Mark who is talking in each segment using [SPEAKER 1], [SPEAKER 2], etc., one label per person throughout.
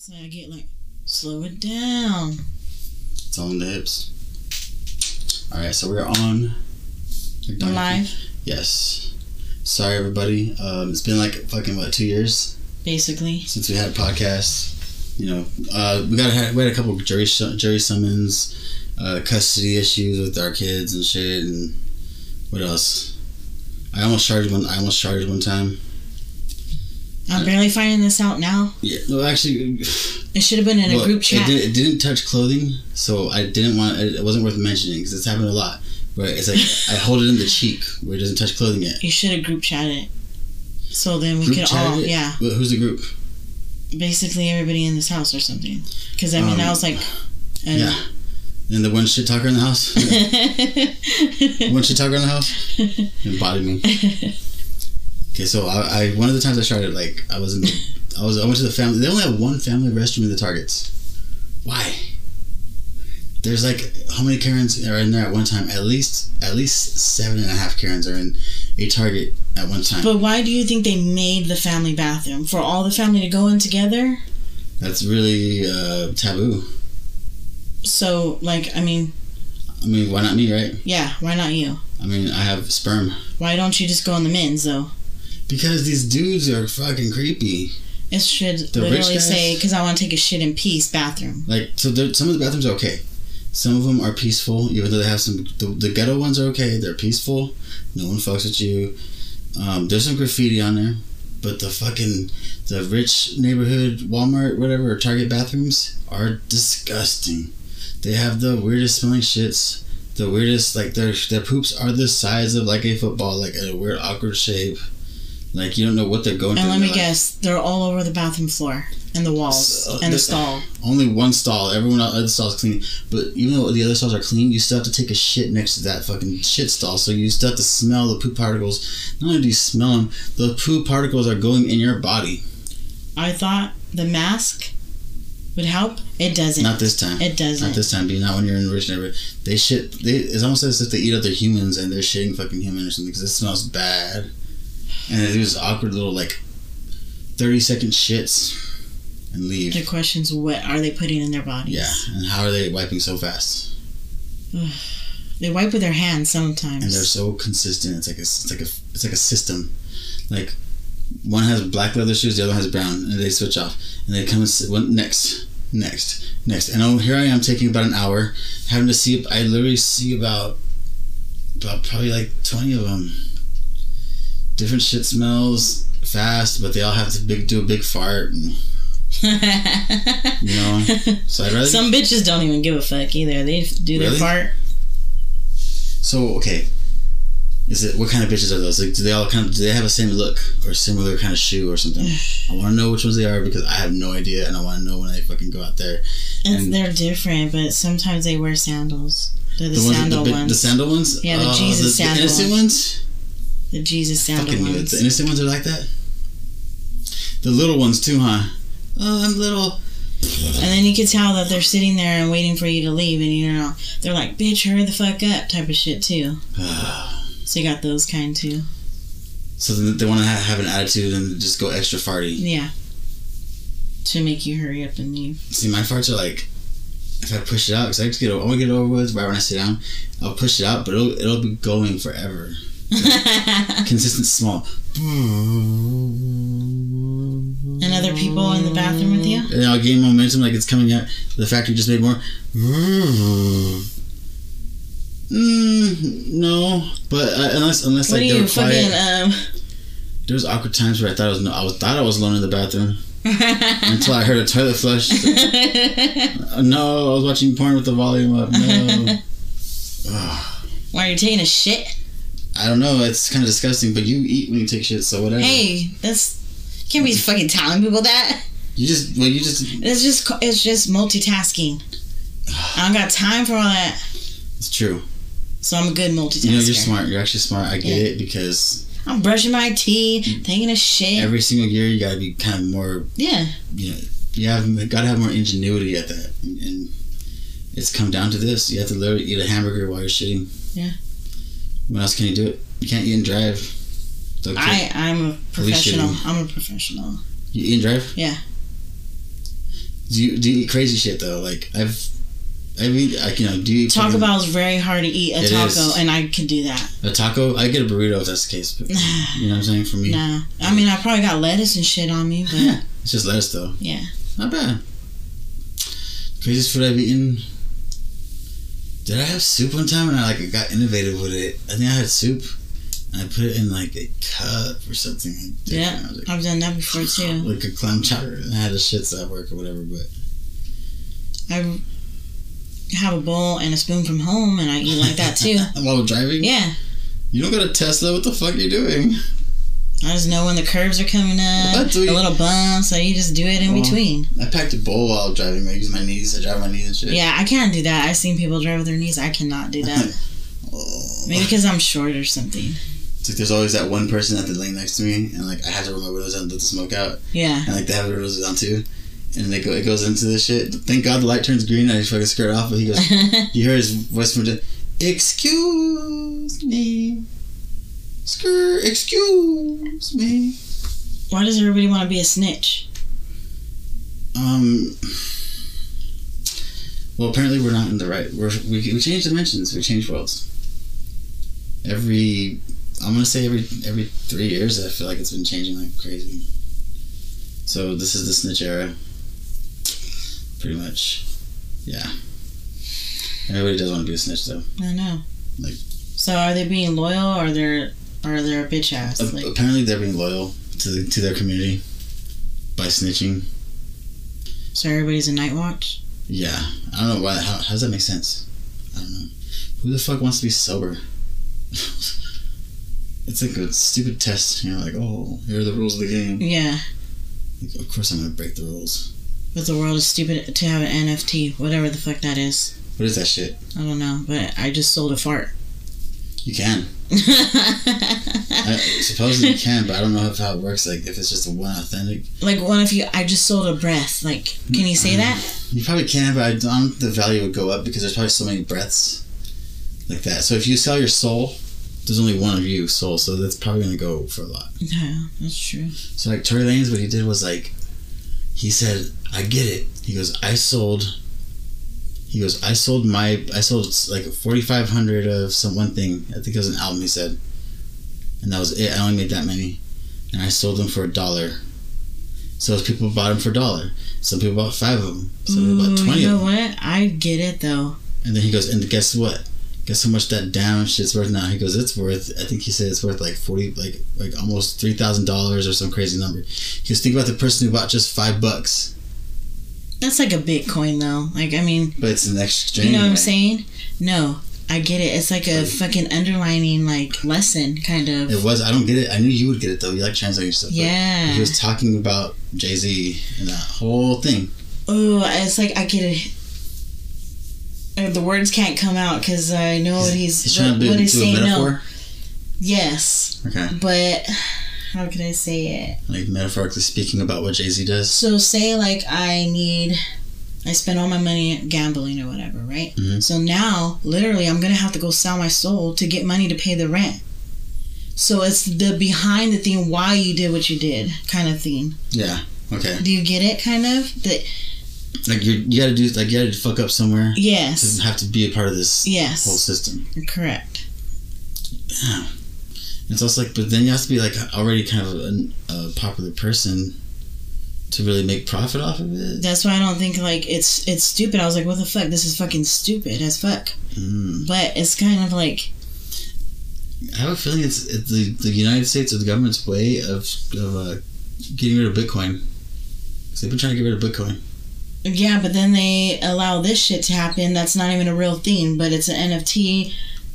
[SPEAKER 1] So I get like, slow it down.
[SPEAKER 2] It's all in the hips. All right, so we're on.
[SPEAKER 1] Live,
[SPEAKER 2] Yes. Sorry, everybody. Um, it's been like fucking what two years
[SPEAKER 1] basically.
[SPEAKER 2] since we had a podcast. You know, uh, we got had, we had a couple jury sh- jury summons, uh, custody issues with our kids and shit, and what else? I almost charged one. I almost charged one time.
[SPEAKER 1] I'm barely finding this out now.
[SPEAKER 2] Yeah. No, actually,
[SPEAKER 1] It should have been in a
[SPEAKER 2] Well,
[SPEAKER 1] group chat.
[SPEAKER 2] It, did, it didn't touch clothing, so I didn't want. It, it wasn't worth mentioning because it's happened a lot. But it's like I hold it in the cheek where it doesn't touch clothing yet.
[SPEAKER 1] You should have group chatted it. So then we
[SPEAKER 2] Group
[SPEAKER 1] could
[SPEAKER 2] chatted
[SPEAKER 1] all,
[SPEAKER 2] it?
[SPEAKER 1] yeah,
[SPEAKER 2] Wh- Who's the group?
[SPEAKER 1] basically everybody in this house or something. Because I mean,
[SPEAKER 2] Um,
[SPEAKER 1] that was like, an-
[SPEAKER 2] yeah. And the one shit talker in the house. one shit talker in the house. It bothered me. Okay, so I, I one of the times I started like I was in the, I was I went to the family. They only have one family restroom in the Targets. Why? There's like how many Karens are in there at one time? At least at least seven and a half Karens are in a Target at one time.
[SPEAKER 1] but why do you think they made the family bathroom for all the family to go in together?
[SPEAKER 2] That's really uh, taboo.
[SPEAKER 1] So like, I mean,
[SPEAKER 2] I mean, why not me, right?
[SPEAKER 1] yeah, why not you?
[SPEAKER 2] I mean, I have sperm.
[SPEAKER 1] Why don't you just go in the men's though?
[SPEAKER 2] Because these dudes are fucking creepy.
[SPEAKER 1] It should
[SPEAKER 2] The rich
[SPEAKER 1] literally
[SPEAKER 2] guys?
[SPEAKER 1] say because I want to take a shit in peace bathroom.
[SPEAKER 2] Like, so there, some of the bathrooms are okay. Some of them are peaceful, even though they have some. The, the ghetto ones are okay. They're peaceful. No one fucks with you. Um, there's some graffiti on there, but the fucking the rich neighborhood Walmart, whatever, or Target bathrooms are disgusting. They have the weirdest smelling shits. The weirdest, like their their poops are the size of like a football, like a weird awkward shape. Like you don't know what they're going.
[SPEAKER 1] And
[SPEAKER 2] through
[SPEAKER 1] let
[SPEAKER 2] in
[SPEAKER 1] me
[SPEAKER 2] their life.
[SPEAKER 1] guess, they're all over the bathroom floor and the walls
[SPEAKER 2] So, uh,
[SPEAKER 1] and the
[SPEAKER 2] the-
[SPEAKER 1] stall.
[SPEAKER 2] Only one stall. Everyone else, other stalls clean. But even though the other stalls are clean, you still have to take a shit next to that fucking shit stall. So you still have to smell the poop particles. Not only do you smell them, the poop particles are going in your body.
[SPEAKER 1] I thought the mask would help. It doesn't.
[SPEAKER 2] Not this time.
[SPEAKER 1] It
[SPEAKER 2] Not
[SPEAKER 1] doesn't.
[SPEAKER 2] this time, B. Not when you're in rich neighborhood. They shit. They, it's almost as if they eat other humans and they're shitting fucking human or something because it smells bad. And they do this awkward little like thirty second shits and leave.
[SPEAKER 1] the question's what are they putting in their bodies?
[SPEAKER 2] Yeah. And how are they wiping so fast?
[SPEAKER 1] They wipe with their hands sometimes.
[SPEAKER 2] and they're so consistent. It's like a, it's like a it's like a system. Like one has black leather shoes, the other has brown, and they switch off. And they come and sit, one, next, next, next. And oh, here I am taking about an hour, having to see. I literally see about about probably like twenty of them. Different shit smells fast, but they all have to big do a big fart. And, you know, so I'd rather
[SPEAKER 1] Some bitches don't even give a fuck either. They do their
[SPEAKER 2] Really?
[SPEAKER 1] part.
[SPEAKER 2] So okay, is it what kind of bitches are those? Like, do they all kind of do they have the same look or similar kind of shoe or something? I want to know which ones they are because I have no idea, and I want to know when I fucking go out there.
[SPEAKER 1] It's,
[SPEAKER 2] And-
[SPEAKER 1] they're different, but sometimes they wear sandals. They're the, sandal
[SPEAKER 2] the, bi-
[SPEAKER 1] ones.
[SPEAKER 2] the sandal ones.
[SPEAKER 1] Yeah, the
[SPEAKER 2] Oh,
[SPEAKER 1] Jesus
[SPEAKER 2] the,
[SPEAKER 1] sandal
[SPEAKER 2] The innocent ones.
[SPEAKER 1] The Jesus sandal
[SPEAKER 2] fucking knew it.
[SPEAKER 1] ones.
[SPEAKER 2] The innocent ones are like that. The little ones too, huh? Oh, I'm little.
[SPEAKER 1] And then you could tell that they're sitting there and waiting for you to leave, and you know they're like, "Bitch, hurry the fuck up," type of shit too. So you got those kind too.
[SPEAKER 2] so then they want to have, have an attitude and just go extra farty.
[SPEAKER 1] Yeah. To make you hurry up and leave.
[SPEAKER 2] See, my farts are like, if I push it out, because I just get, o- I want to get it over with right when I sit down. I'll push it out, but it'll, it'll be going forever.
[SPEAKER 1] and
[SPEAKER 2] consistent small.
[SPEAKER 1] other people in the bathroom with you.
[SPEAKER 2] And I'll gain momentum like it's coming out. The factory just made more. Mm, no, but uh, unless unless
[SPEAKER 1] what
[SPEAKER 2] like
[SPEAKER 1] are
[SPEAKER 2] they
[SPEAKER 1] you
[SPEAKER 2] were quiet,
[SPEAKER 1] fucking? Um,
[SPEAKER 2] there was awkward times where I thought I was no, I was, thought I was alone in the bathroom until I heard a toilet flush. Uh, no, I was watching porn with the volume up. No,
[SPEAKER 1] um, why are you taking a shit?
[SPEAKER 2] I don't know. It's kind of disgusting, but you eat when you take shit, so whatever.
[SPEAKER 1] Hey, that's you can't be fucking telling people that.
[SPEAKER 2] You just well, you just
[SPEAKER 1] It's just co- it's just multitasking. I don't got time for all that,
[SPEAKER 2] it's true.
[SPEAKER 1] so I'm a good multitasker.
[SPEAKER 2] You know you're smart. You're actually smart. I get
[SPEAKER 1] Yeah.
[SPEAKER 2] it because
[SPEAKER 1] I'm brushing my teeth, taking a shit.
[SPEAKER 2] Mm. every single year you gotta be kind of more
[SPEAKER 1] yeah,
[SPEAKER 2] you know you have you gotta have more ingenuity at that and, and it's come down to this you have to literally eat a hamburger while you're shitting
[SPEAKER 1] Yeah.
[SPEAKER 2] when else can you do it you can't eat and drive They'll kill-
[SPEAKER 1] I I'm a
[SPEAKER 2] At least you
[SPEAKER 1] professional. I'm a professional.
[SPEAKER 2] you eat and drive
[SPEAKER 1] Yeah.
[SPEAKER 2] Do you do you eat crazy shit though? Like I've, I mean, I you know, do you eat
[SPEAKER 1] Taco
[SPEAKER 2] fucking-
[SPEAKER 1] Bell is very hard to eat a
[SPEAKER 2] It
[SPEAKER 1] taco,
[SPEAKER 2] is.
[SPEAKER 1] and I could do that.
[SPEAKER 2] a taco? I get a burrito if that's the case. But, you know what I'm saying? For me,
[SPEAKER 1] No, I mean I probably got lettuce and shit on me, but
[SPEAKER 2] it's just lettuce though.
[SPEAKER 1] yeah,
[SPEAKER 2] Not bad. Craziest food I've eaten. Did I have soup one time and I like got innovative with it? I think I had soup and I put it in like a cup or something.
[SPEAKER 1] yeah,
[SPEAKER 2] different. I was like,
[SPEAKER 1] I've done that before too.
[SPEAKER 2] like a clam chowder. And I had a shit at work or whatever, but
[SPEAKER 1] I have a bowl and a spoon from home, and I eat like that too.
[SPEAKER 2] While driving?
[SPEAKER 1] Yeah,
[SPEAKER 2] You don't got a Tesla, what the fuck are you doing?
[SPEAKER 1] I just know when the curves are coming up,
[SPEAKER 2] That's
[SPEAKER 1] the
[SPEAKER 2] what you-
[SPEAKER 1] little bumps, so you just do it in
[SPEAKER 2] Oh.
[SPEAKER 1] between.
[SPEAKER 2] I packed a bowl while driving, I use my knees, I drive my knees and shit.
[SPEAKER 1] Yeah, I can't do that. I've seen people drive with their knees. I cannot do that.
[SPEAKER 2] Oh.
[SPEAKER 1] Maybe because I'm short or something.
[SPEAKER 2] It's like there's always that one person at the lane next to me and like I have to roll my windows down to let the smoke out.
[SPEAKER 1] Yeah.
[SPEAKER 2] and like they have it roses on too. And they go, it goes into this shit. Thank God the light turns green. I just fucking skirt off. But he goes, you hear his voice from the, excuse me, skirt, excuse me.
[SPEAKER 1] Why does everybody want to be a snitch?
[SPEAKER 2] Um. Well, apparently we're not in the right. We're, we we change dimensions. We change worlds. Every, I'm gonna say every every three years. I feel like it's been changing like crazy. So this is the snitch era. Pretty much, yeah. Everybody does want to be a snitch though.
[SPEAKER 1] I know.
[SPEAKER 2] Like-
[SPEAKER 1] so are they being loyal or they're or they're a bitch ass?
[SPEAKER 2] A-
[SPEAKER 1] like
[SPEAKER 2] apparently, they're being loyal to the, to their community by snitching.
[SPEAKER 1] so everybody's a night watch?
[SPEAKER 2] Yeah, I don't know why. How, how does that make sense? I don't know. Who the fuck wants to be sober? it's like a stupid test. You know, like oh, here are the rules of the game.
[SPEAKER 1] Yeah.
[SPEAKER 2] Like, of course, I'm gonna break the rules.
[SPEAKER 1] But the world is stupid to have an NFT, whatever the fuck that is.
[SPEAKER 2] What is that shit?
[SPEAKER 1] I don't know, but I just sold a fart.
[SPEAKER 2] You can. I, supposedly you can, but I don't know if, how it works. Like if it's just the one authentic.
[SPEAKER 1] like one of you I just sold a breath. Like can you say that?
[SPEAKER 2] You probably can, but I don't think the value would go up because there's probably so many breaths like that. So if you sell your soul, there's only one of you soul, so that's probably gonna go for a lot.
[SPEAKER 1] Yeah, that's true.
[SPEAKER 2] So like Tory Lanez, what he did was like, he said, "I get it." He goes, "I sold." He goes, "I sold my, I sold like forty five hundred of some one thing. I think it was an album." He said, and that was it. I only made that many, and I sold them for a dollar. So those people bought them for a dollar. Some people bought five of them. Some people bought
[SPEAKER 1] Ooh,
[SPEAKER 2] twenty
[SPEAKER 1] Mm, you
[SPEAKER 2] of
[SPEAKER 1] know
[SPEAKER 2] them.
[SPEAKER 1] what? I get it though.
[SPEAKER 2] And then he goes, "And guess what?" Guess how much that down shit's worth now? He goes, it's worth. I think he said it's worth like forty, like like almost three thousand dollars or some crazy number. He goes, think about the person who bought just five bucks,
[SPEAKER 1] That's like a Bitcoin though. Like I mean,
[SPEAKER 2] but it's an exchange.
[SPEAKER 1] you know what I'm
[SPEAKER 2] rate.
[SPEAKER 1] saying? No, I get it. It's like a fucking underlining like lesson kind of.
[SPEAKER 2] It was. I don't get it. I knew you would get it though. You like translating stuff. but
[SPEAKER 1] Yeah.
[SPEAKER 2] He was talking about Jay Z and that whole thing.
[SPEAKER 1] Oh, it's like I get it. Uh, The words can't come out because I know what he's,
[SPEAKER 2] He's
[SPEAKER 1] what,
[SPEAKER 2] trying to do,
[SPEAKER 1] what he's
[SPEAKER 2] do
[SPEAKER 1] saying.
[SPEAKER 2] a
[SPEAKER 1] No,
[SPEAKER 2] metaphor.
[SPEAKER 1] yes,
[SPEAKER 2] Okay.
[SPEAKER 1] but how can I say it?
[SPEAKER 2] Like metaphorically speaking about what Jay Z does.
[SPEAKER 1] So say like I need, I spend all my money gambling or whatever, right?
[SPEAKER 2] Mhm.
[SPEAKER 1] So now literally I'm gonna have to go sell my soul to get money to pay the rent. So it's the behind the thing why you did what you did kind of thing.
[SPEAKER 2] Yeah. Okay.
[SPEAKER 1] Do you get it? Kind of that.
[SPEAKER 2] Like you, you gotta do. Like you gotta fuck up somewhere
[SPEAKER 1] Yes.
[SPEAKER 2] to have to be a part of this whole
[SPEAKER 1] Yes.
[SPEAKER 2] system.
[SPEAKER 1] Correct.
[SPEAKER 2] It's also like, but then you have to be like already kind of a, a popular person to really make profit off of it.
[SPEAKER 1] That's why I don't think like it's it's stupid. I was like, what the fuck? This is fucking stupid as fuck.
[SPEAKER 2] Mm.
[SPEAKER 1] But it's kind of like
[SPEAKER 2] I have a feeling it's, it's the, the United States or the government's way of, of uh, getting rid of Bitcoin. 'Cause they've been trying to get rid of Bitcoin.
[SPEAKER 1] Yeah, but then they allow this shit to happen. That's not even a real thing, but it's an NFT.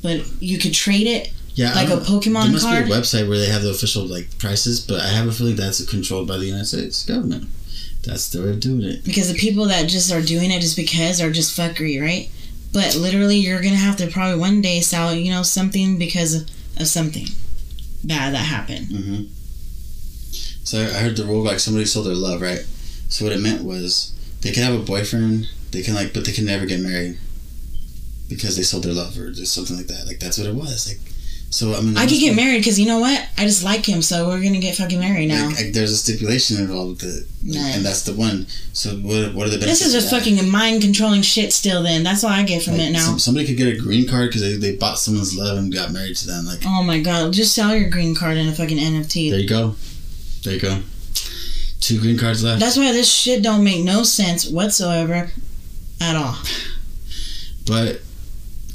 [SPEAKER 1] But you could trade it.
[SPEAKER 2] Yeah, I
[SPEAKER 1] Like a
[SPEAKER 2] don't know.
[SPEAKER 1] Pokemon
[SPEAKER 2] There must
[SPEAKER 1] card?
[SPEAKER 2] be a website where they have the official like prices, but I have a feeling that's controlled by the United States government. That's the way of doing it.
[SPEAKER 1] Because the people that just are doing it just because are just fuckery, right? But literally, you're gonna have to probably one day sell, you know, something because of, of something bad that happened.
[SPEAKER 2] hmm So I I heard the rule like somebody sold their love, right? So what it meant was they could have a boyfriend, they can like, but they can never get married because they sold their love or just something like that. Like that's what it was. Like So I mean,
[SPEAKER 1] I could
[SPEAKER 2] honestly,
[SPEAKER 1] get married because you know what? I just like him, so we're gonna get fucking married now.
[SPEAKER 2] like, like, there's a stipulation involved with it,
[SPEAKER 1] Right.
[SPEAKER 2] and that's the one. So what? What are the
[SPEAKER 1] This
[SPEAKER 2] benefits?
[SPEAKER 1] is
[SPEAKER 2] of
[SPEAKER 1] just
[SPEAKER 2] that?
[SPEAKER 1] fucking mind controlling shit. Still, then that's all I get from
[SPEAKER 2] Like,
[SPEAKER 1] it now.
[SPEAKER 2] some- somebody could get a green card because they, they bought someone's love and got married to them. Like
[SPEAKER 1] Oh my god! Just sell your green card in a fucking NFT.
[SPEAKER 2] there you go, there you go. Two green cards left.
[SPEAKER 1] That's why this shit don't make no sense whatsoever, at all.
[SPEAKER 2] but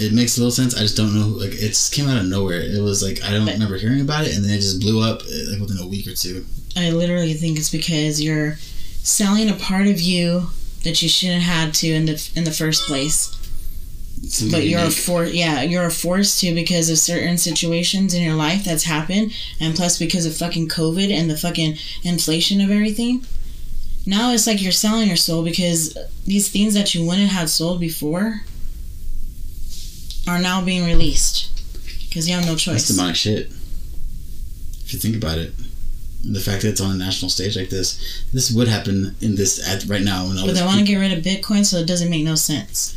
[SPEAKER 2] it makes a little sense. I just don't know. Like it just came out of nowhere. It was like I don't
[SPEAKER 1] But-
[SPEAKER 2] remember hearing about it, and then it just blew up eh, like within a week or two.
[SPEAKER 1] I literally think it's because you're selling a part of you that you shouldn't have had to in the in the first place.
[SPEAKER 2] Something
[SPEAKER 1] But you're
[SPEAKER 2] unique.
[SPEAKER 1] for yeah, you're forced to because of certain situations in your life that's happened, and plus because of fucking COVID and the fucking inflation of everything. Now it's like you're selling your soul because these things that you wouldn't have sold before are now being released because you have no
[SPEAKER 2] that's
[SPEAKER 1] choice.
[SPEAKER 2] demonic shit. If you think about it, And the fact that it's on a national stage like this, this would happen in this at right now. When all
[SPEAKER 1] But
[SPEAKER 2] this
[SPEAKER 1] they want to get rid of Bitcoin, so it doesn't make no sense.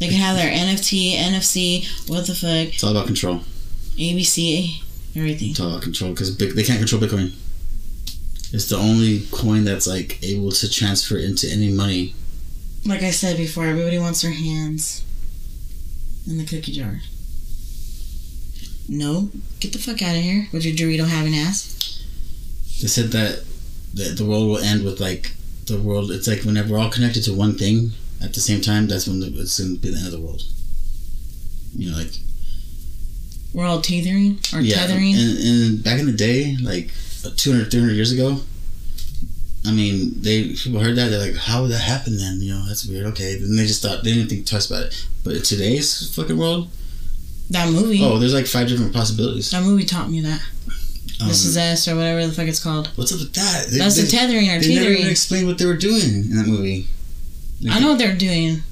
[SPEAKER 1] They can have their NFT, NFC, what the fuck,
[SPEAKER 2] it's all about control.
[SPEAKER 1] ABC, everything.
[SPEAKER 2] It's all about control because they can't control Bitcoin. It's the only coin that's like able to transfer into any money.
[SPEAKER 1] Like I said before, everybody wants their hands in the cookie jar. No, get the fuck out of here with your Dorito having ass.
[SPEAKER 2] They said that the, the world will end with like the world. It's like whenever we're all connected to one thing at the same time, that's when the, it's going to be the end of the world. You know, like
[SPEAKER 1] We're all tethering or
[SPEAKER 2] yeah,
[SPEAKER 1] tethering.
[SPEAKER 2] And, and back in the day, like 200, 300 years ago, I mean, they people heard that they're like, "How would that happen?" Then you know, that's weird. Okay, then they just thought they didn't think twice about it. But in today's fucking world,
[SPEAKER 1] that movie,
[SPEAKER 2] oh, there's like five different possibilities.
[SPEAKER 1] that movie taught me that.
[SPEAKER 2] Um,
[SPEAKER 1] this is us or whatever the fuck it's called.
[SPEAKER 2] what's up with that? They,
[SPEAKER 1] That's
[SPEAKER 2] they,
[SPEAKER 1] the tethering or
[SPEAKER 2] they never even
[SPEAKER 1] tethering.
[SPEAKER 2] explained what they were doing in that movie.
[SPEAKER 1] I know what they're doing.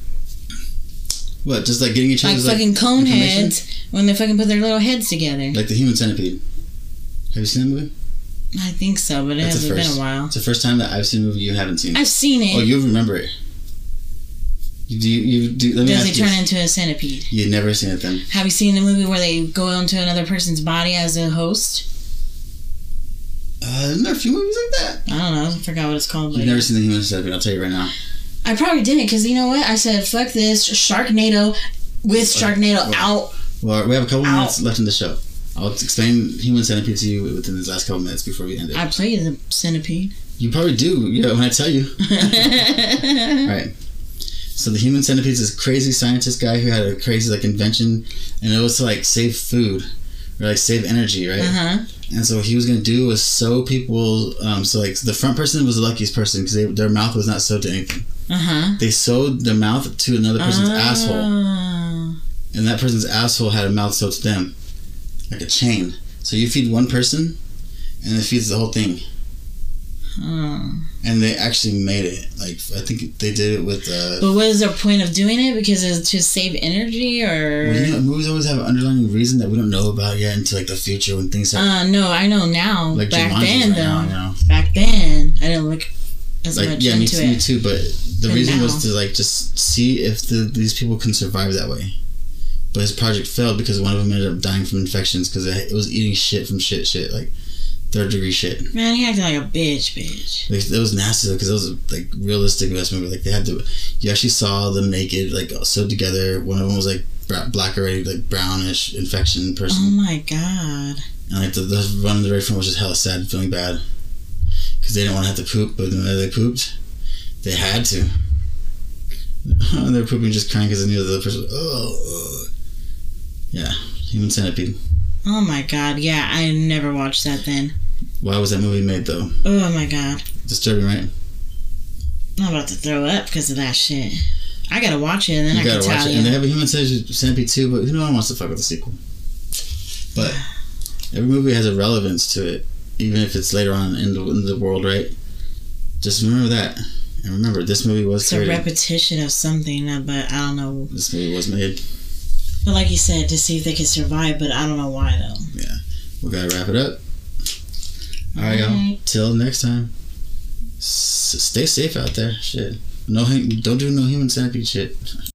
[SPEAKER 2] What, just like getting each
[SPEAKER 1] like
[SPEAKER 2] other's like,
[SPEAKER 1] fucking cone
[SPEAKER 2] information?
[SPEAKER 1] heads when they fucking put their little heads together.
[SPEAKER 2] like the Human Centipede. Have you seen that movie?
[SPEAKER 1] I think so, but it
[SPEAKER 2] That's a
[SPEAKER 1] hasn't been
[SPEAKER 2] first.
[SPEAKER 1] a while.
[SPEAKER 2] It's the first time that I've seen a movie you haven't seen.
[SPEAKER 1] I've seen
[SPEAKER 2] Oh,
[SPEAKER 1] it.
[SPEAKER 2] you remember it. You do you do? Let me
[SPEAKER 1] Does
[SPEAKER 2] ask
[SPEAKER 1] it
[SPEAKER 2] you.
[SPEAKER 1] turn into a centipede?
[SPEAKER 2] You've never seen it then.
[SPEAKER 1] Have you seen the movie where they go into another person's body as a host?
[SPEAKER 2] Uh, isn't there a few movies like that?
[SPEAKER 1] I don't know. I forgot what it's called.
[SPEAKER 2] You've
[SPEAKER 1] But
[SPEAKER 2] never seen The Human Centipede, I'll tell you right now.
[SPEAKER 1] I probably didn't because you know what? I said fuck this Sharknado with
[SPEAKER 2] Okay.
[SPEAKER 1] Sharknado
[SPEAKER 2] Well,
[SPEAKER 1] out.
[SPEAKER 2] Well, we have a couple
[SPEAKER 1] Ow.
[SPEAKER 2] minutes left in the show. I'll explain Human Centipede to you within these last couple minutes before we end it.
[SPEAKER 1] I played the centipede.
[SPEAKER 2] you probably do, you know, when I tell you.
[SPEAKER 1] I
[SPEAKER 2] Alright. So the Human Centipede is this crazy scientist guy who had a crazy, like, invention, and it was to, like, save food. Or, like, save energy, right?
[SPEAKER 1] Uh-huh.
[SPEAKER 2] And so what he was going to do was sew people, um, so, like, the front person was the luckiest person because their mouth was not sewed to anything.
[SPEAKER 1] Uh-huh.
[SPEAKER 2] They sewed their mouth to another person's
[SPEAKER 1] Ah.
[SPEAKER 2] asshole.
[SPEAKER 1] asshole.
[SPEAKER 2] and that person's asshole had a mouth so to them, like a chain. So you feed one person, and it feeds the whole thing.
[SPEAKER 1] Uh-huh.
[SPEAKER 2] And they actually made it. Like I think they did it with. Uh,
[SPEAKER 1] But what is the point of doing it? Because it's to save energy or.
[SPEAKER 2] well, you know, movies always have an underlying reason that we don't know about yet until like the future when things happen.
[SPEAKER 1] Uh, no, I know now.
[SPEAKER 2] like
[SPEAKER 1] back
[SPEAKER 2] Jumanji's
[SPEAKER 1] then,
[SPEAKER 2] right
[SPEAKER 1] though.
[SPEAKER 2] now, you know?
[SPEAKER 1] Back then, I didn't look as
[SPEAKER 2] Like
[SPEAKER 1] much
[SPEAKER 2] yeah, me,
[SPEAKER 1] into
[SPEAKER 2] too- me
[SPEAKER 1] it.
[SPEAKER 2] too. But the
[SPEAKER 1] But
[SPEAKER 2] reason
[SPEAKER 1] now-
[SPEAKER 2] was to like just see if the, these people can survive that way. But his project failed because one of them ended up dying from infections because it it was eating shit from shit, shit like third degree shit.
[SPEAKER 1] Man, he acted like a bitch, bitch.
[SPEAKER 2] Like, it was nasty because it was like realistic investment. But, like they had to, you actually saw them naked, like sewed together. One of them was like bra- black already, like brownish infection
[SPEAKER 1] Oh
[SPEAKER 2] person,
[SPEAKER 1] my god.
[SPEAKER 2] and like the, the one in the right front was just hella sad, and feeling bad because they didn't want to have to poop, but then when they pooped, they had to. and they were pooping just crying because they knew the other person. Oh, ugh." yeah, human centipede.
[SPEAKER 1] Oh my god. Yeah, I never watched that then.
[SPEAKER 2] Why was that movie made though?
[SPEAKER 1] Oh my god.
[SPEAKER 2] Disturbing, right?
[SPEAKER 1] I'm about to throw up because of that shit. I gotta watch it and then
[SPEAKER 2] you
[SPEAKER 1] I can
[SPEAKER 2] gotta watch
[SPEAKER 1] tell
[SPEAKER 2] it. And they
[SPEAKER 1] you.
[SPEAKER 2] have a human centipede centipede too, but no one wants to fuck with the sequel. But every movie has a relevance to it, even if it's later on in the, in the world, right? Just remember that, and remember this movie was
[SPEAKER 1] It's a
[SPEAKER 2] created.
[SPEAKER 1] repetition of something, uh, but I don't know.
[SPEAKER 2] this movie was made.
[SPEAKER 1] But like you said, to see if they could survive, but I don't know why though.
[SPEAKER 2] We gotta wrap it up. All right, y'all.
[SPEAKER 1] Alright.
[SPEAKER 2] Till next time. S- stay safe out there. Shit. No, hu- don't do no human centipede shit.